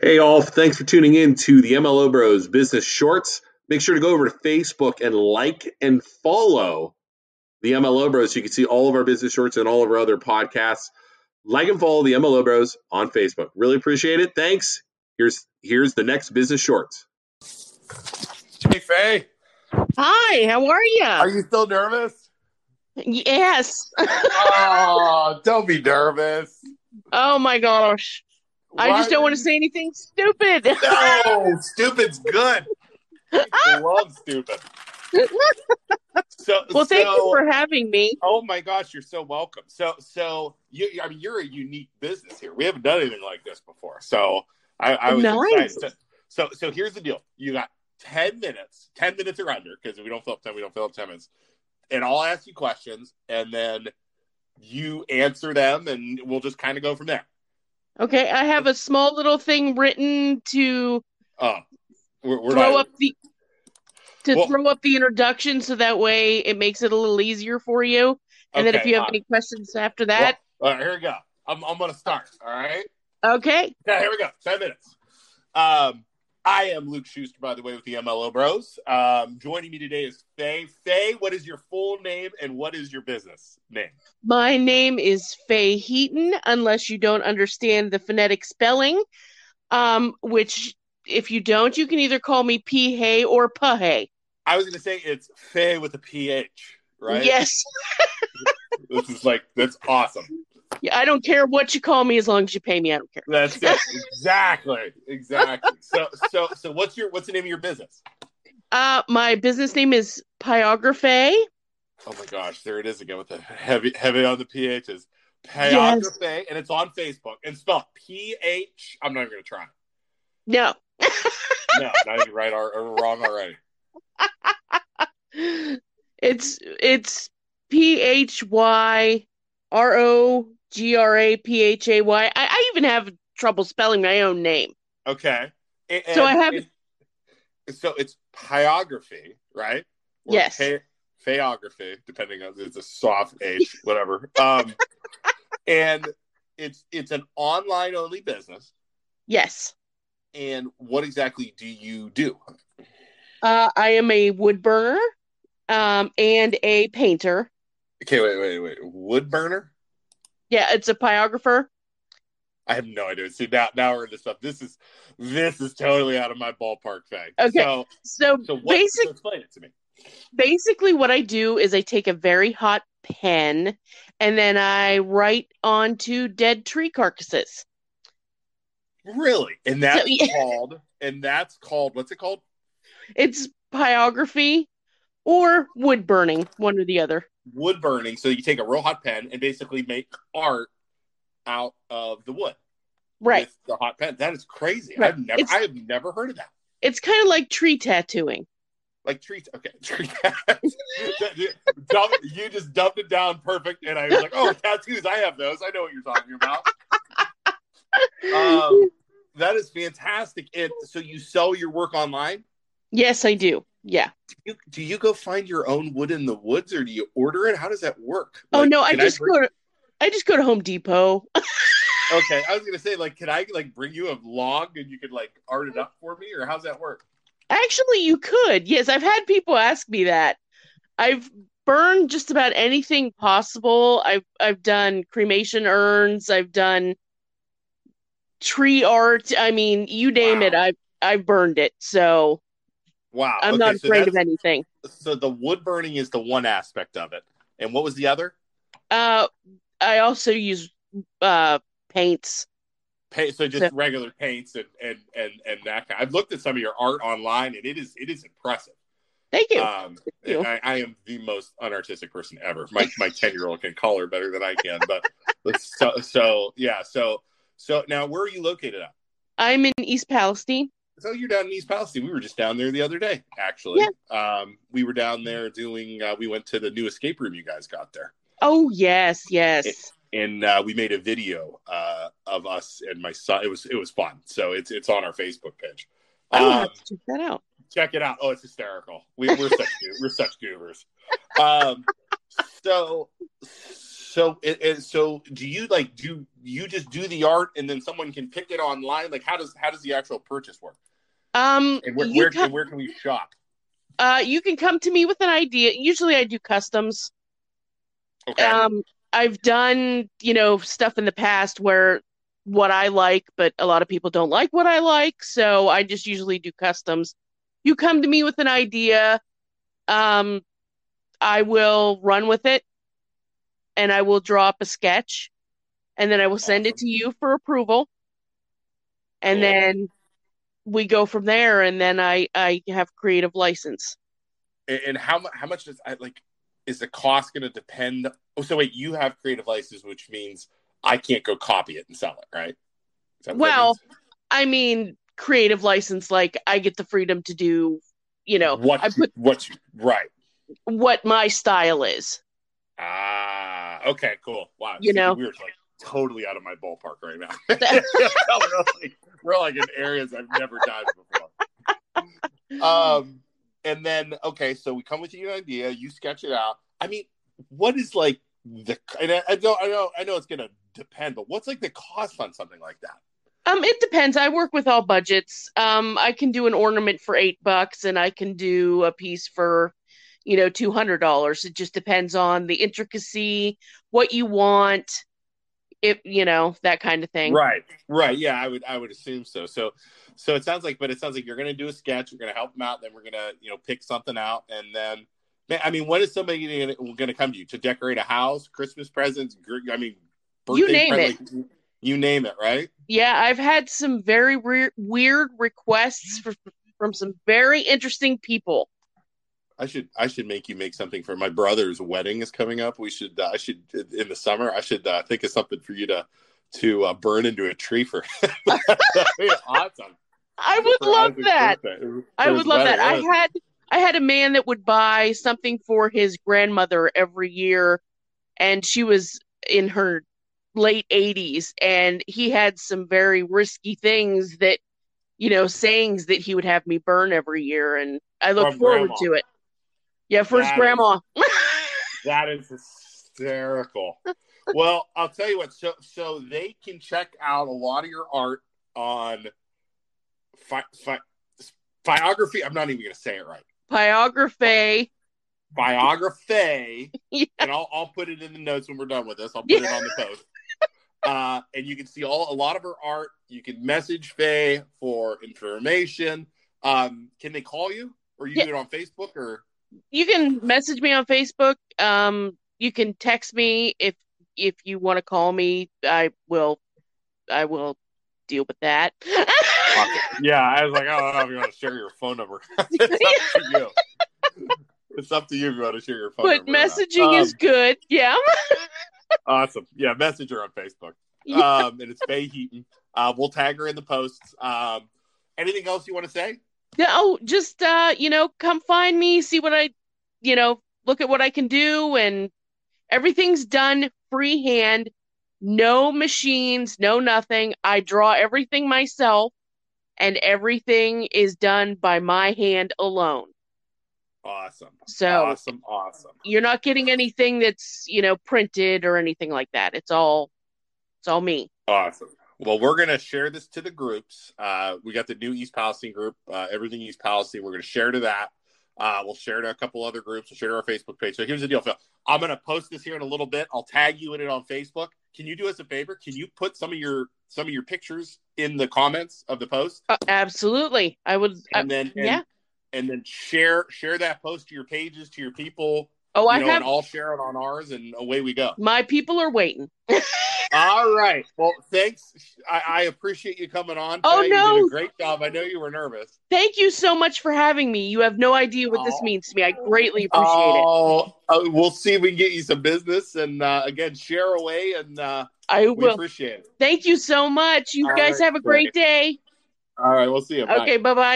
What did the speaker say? Hey, all. Thanks for tuning in to the MLO Bros Business Shorts. Make sure to go over to Facebook and like and follow the MLO Bros so you can see all of our business shorts and all of our other podcasts. Like and follow the MLO Bros on Facebook. Really appreciate it. Thanks. Here's here's the next business shorts. Hey, Faye, Hi, how are are you? you still nervous? Yes. oh, don't be nervous. Oh my gosh. I just Why- don't want to say anything stupid. No, stupid's good. I love stupid. So, well, thank so, you for having me. Oh my gosh, you're so welcome. So, so you, I mean, you're a unique business here. We haven't done anything like this before, so I, I was Nice. excited. to- so, so here's the deal: you got ten minutes, ten minutes or under, because if we don't fill up ten, we don't fill up ten minutes, and I'll ask you questions, and then you answer them, and we'll just kind of go from there. Okay, I have a small little thing written to Uh, we're, we're throw not, up the to Well- throw up the introduction so that way it makes it a little easier for you. And then if Okay, you have uh, any questions after that, All right, here we go. I'm, I'm gonna start. All right. okay. Yeah, here we go. Ten minutes. Um, I am Luke Schuster, by the way, with the MLO Bros. Um, joining me today is Faye. Faye, what is your full name and what is your business name? My name is Faye Heaton, unless you don't understand the phonetic spelling, um, which if you don't, you can either call me P Hay or Pahay. I was going to say it's Faye with a PH, right? Yes. This is like that's awesome. Yeah, I don't care what you call me as long as you pay me. I don't care. That's it. exactly, exactly. So, so, so, what's your what's the name of your business? Uh, my business name is Pyographe. Oh my gosh, there it is again with the heavy heavy on the PHs. Payography, and it's on Facebook and spelled P H. I'm not even going to try. No. No, not even right or, or wrong already. It's it's P H Y R O G R A P H A Y. I, I even have trouble spelling my own name. Okay. And- So I and- have- and- so it's pyography, right? Yes. Pay, phaeography, depending on it's a soft H, whatever. Um, and it's it's an online only business. Yes. And what exactly do you do? Uh, I am a wood burner um, and a painter. Okay, wait, wait, wait. Wood burner? Yeah, it's a pyographer. I have no idea. See now, now we're into stuff. This is this is totally out of my ballpark thing. Okay. So, So so what, Basic- so explain it to me. basically what I do is I take a very hot pen and then I write onto dead tree carcasses. Really? And that's yeah. called and that's called what's it called? It's pyography or wood burning, one or the other. wood burning. So you take a real hot pen and basically make art out of the wood. Right. With the hot pen. That is crazy. Right. I've never It's- I have never heard of that. It's kind of like tree tattooing. Like treats. Okay. Tree tats. Dump- you just dumped it down perfect. And I was like, oh tattoos, I have those. I know what you're talking about. Um, that is fantastic. And so you sell your work online? yes, I do. Yeah. You, do you go find your own wood in the woods or do you order it? How does that work? Oh Like, no, I can just bring- go to I just go to Home Depot. Okay, I was gonna say, like, can I like bring you a log and you could like art it up for me, or how's that work? Actually, you could. Yes, I've had people ask me that. I've burned just about anything possible. I've I've done cremation urns, I've done tree art. I mean, you name it, Wow. I've I've burned it. So Wow, I'm not afraid of anything. that. So the wood burning is the one aspect of it, and what was the other? Uh I also use uh paints. Paint, so just So- regular paints and and and and that. Kind. I've looked at some of your art online, and it is it is impressive. Thank you. Um, you. I, I am the most unartistic person ever. My my ten year old can color better than I can, but but so so yeah. So so now, where are you located at? I'm in East Palestine. So you're down in East Palestine. We were just down there the other day, actually. Um, we were down there doing. Uh, we went to the new escape room you guys got there, Oh yes, yes. and uh, we made a video uh, of us and my son. It was it was fun. So it's it's on our Facebook page. Oh, I will Um, have to check that out. check it out. Oh, it's hysterical. We, we're such goo- we're such goobers. Um, so So, and, and so, do you like do you just do the art and then someone can pick it online? Like, how does how does the actual purchase work? Um, And where you where, ca- and where can we shop? uh, you can come to me with an idea. Usually, I do customs. Okay, Um, I've done, you know, stuff in the past where what I like, but a lot of people don't like what I like, so I just usually do customs. You come to me with an idea, um, I will run with it and I will draw up a sketch and then I will send it Awesome. to you for approval and Cool. then we go from there and then I I have creative license. and, and how mu- how much does I like? Is the cost going to depend? Oh, so wait, you have creative license, which means I can't go copy it and sell it, right? Is that what that Well, means? I mean, creative license like I get the freedom to do, you know, what I put what right? what my style is. Ah, okay, cool. Wow, You see, know? we were like totally out of my ballpark right now. we're, like, we're like in areas I've never dived before. Um, and then okay, so we come with you an idea, you sketch it out. I mean, what is like the? And I, I know, I know, I know, it's gonna depend, but what's like the cost on something like that? Um, it depends. I work with all budgets. Um, I can do an ornament for eight bucks, and I can do a piece for, you know, two hundred dollars. It just depends on the intricacy, what you want, it, you know, that kind of thing. Right, right, yeah, I would, I would assume so. So, so it sounds like, but it sounds like you're gonna do a sketch, you're gonna help them out, then we're gonna, you know, pick something out, and then, man, I mean, what is somebody gonna, gonna come to you to decorate a house, Christmas presents? gr- I mean, You name it, you name it, right? Yeah, I've had some very weir- weird requests for, from some very interesting people. I should, I should make you make something for my brother's wedding is coming up. We should, uh, I should in the summer, I should uh, think of something for you to, to uh, burn into a tree for. That'd be awesome. I would For love Isaac's that. birthday. I For would his love that. wedding, I yeah. had I had a man that would buy something for his grandmother every year, and she was in her late 80s, and he had some very risky things that, you know, sayings that he would have me burn every year, and I look From forward grandma. to it. Yeah, first That is- grandma. That is hysterical. well, I'll tell you what. So, so they can check out a lot of your art on fi- fi- biography. I'm not even going to say it right. Biography. Biography, Yeah. and I'll I'll put it in the notes when we're done with this. I'll put Yeah. it on the post. Uh, and you can see all a lot of her art. You can message Faye for information. Um, can they call you, or you Yeah. do it on Facebook, or You can message me on Facebook. Um, you can text me if if you want to call me. I will I will deal with that. Yeah, I was like, I don't know if you want to share your phone number. it's up to you. It's up to you if you want to share your phone But number. or not. messaging is Um, good. Yeah. awesome. Yeah, message her on Facebook. Yeah. Um, and it's Faye Heaton. Uh, we'll tag her in the posts. Um, anything else you want to say? No, just uh, you know, come find me, see what I, you know, look at what I can do and everything's done freehand. No machines, no nothing. I draw everything myself and everything is done by my hand alone. Awesome. So, Awesome. Awesome. you're not getting anything that's, you know, printed or anything like that. It's all it's all me. Awesome. Well, we're going to share this to the groups. Uh, we got the new East Palestine group, uh, Everything East Palestine. We're going to share to that. Uh, we'll share to a couple other groups. We'll share to our Facebook page. So here's the deal, Phil. I'm going to post this here in a little bit. I'll tag you in it on Facebook. Can you do us a favor? Can you put some of your some of your pictures in the comments of the post, Uh, absolutely. I would I, and then and, Uh, yeah. and then share share that post to your pages to your people. Oh, You I know, have and all share it on ours, and away we go. my people are waiting. All right. Well, thanks. I, I appreciate you coming on. Oh, Faye. no. You did a great job. I know you were nervous. Thank you so much for having me. You have no idea what this Oh. means to me. I greatly appreciate it. Oh, uh, we'll see if we can get you some business. And uh, again, share away. And uh, I we will. appreciate it. Thank you so much. You All guys right, have a great day. All right. We'll see you. Bye. Okay, bye bye.